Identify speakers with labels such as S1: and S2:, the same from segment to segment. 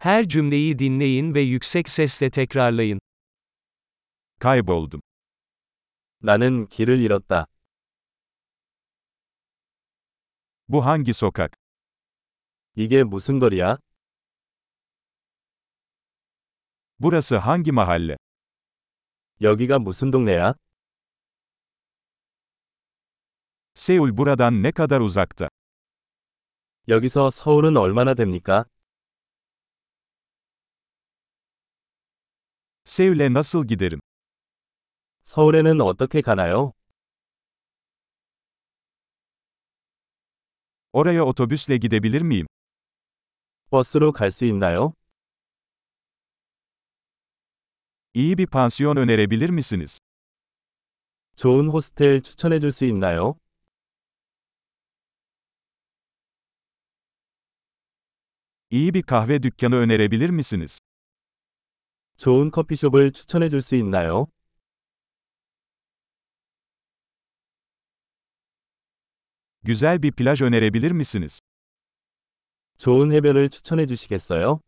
S1: Her cümleyi dinleyin ve yüksek sesle tekrarlayın.
S2: Kayboldum.
S3: 나는 길을 잃었다.
S2: Bu hangi sokak?
S3: 이게 무슨 거리야?
S2: Burası hangi mahalle?
S3: 여기가 무슨 동네야?
S2: Seul buradan ne kadar uzakta?
S3: 여기서 서울은 얼마나 됩니까?
S2: Seul'e nasıl giderim?
S3: 서울에는 어떻게 가나요?
S2: Oraya otobüsle gidebilir miyim?
S3: 버스로 갈 수 있나요?
S2: İyi bir pansiyon önerebilir misiniz?
S3: 좋은 호스텔 추천해 줄 수 있나요?
S2: İyi bir kahve dükkanı önerebilir misiniz?
S3: 좋은 커피숍을 추천해 줄 수 있나요?
S2: Güzel bir plaj önerebilir misiniz?
S3: 좋은 해변을 추천해 주시겠어요?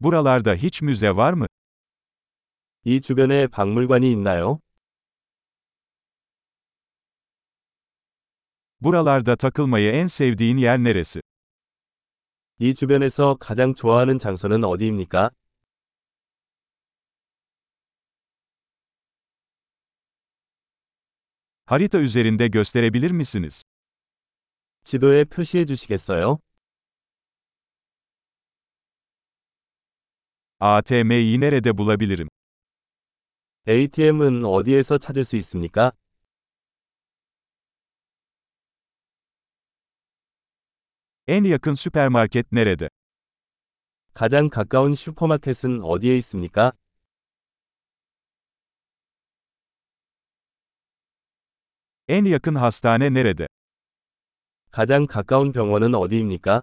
S2: Buralarda hiç müze var mı?
S3: 이 주변에 박물관이 있나요?
S2: Buralarda takılmayı en sevdiğin yer neresi?
S3: 이 주변에서 가장 좋아하는 장소는 어디입니까?
S2: Harita üzerinde gösterebilir misiniz?
S3: 지도에 표시해 주시겠어요?
S2: ATM'yi nerede bulabilirim?
S3: ATM은 어디에서 찾을 수 있습니까?
S2: En yakın süpermarket nerede?
S3: 가장 가까운 슈퍼마켓은 어디에 있습니까?
S2: En yakın hastane nerede?
S3: 가장 가까운 병원은 어디입니까?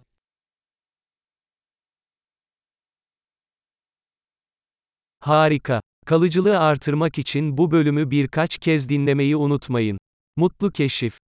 S1: Harika. Kalıcılığı artırmak için bu bölümü birkaç kez dinlemeyi unutmayın. Mutlu keşif.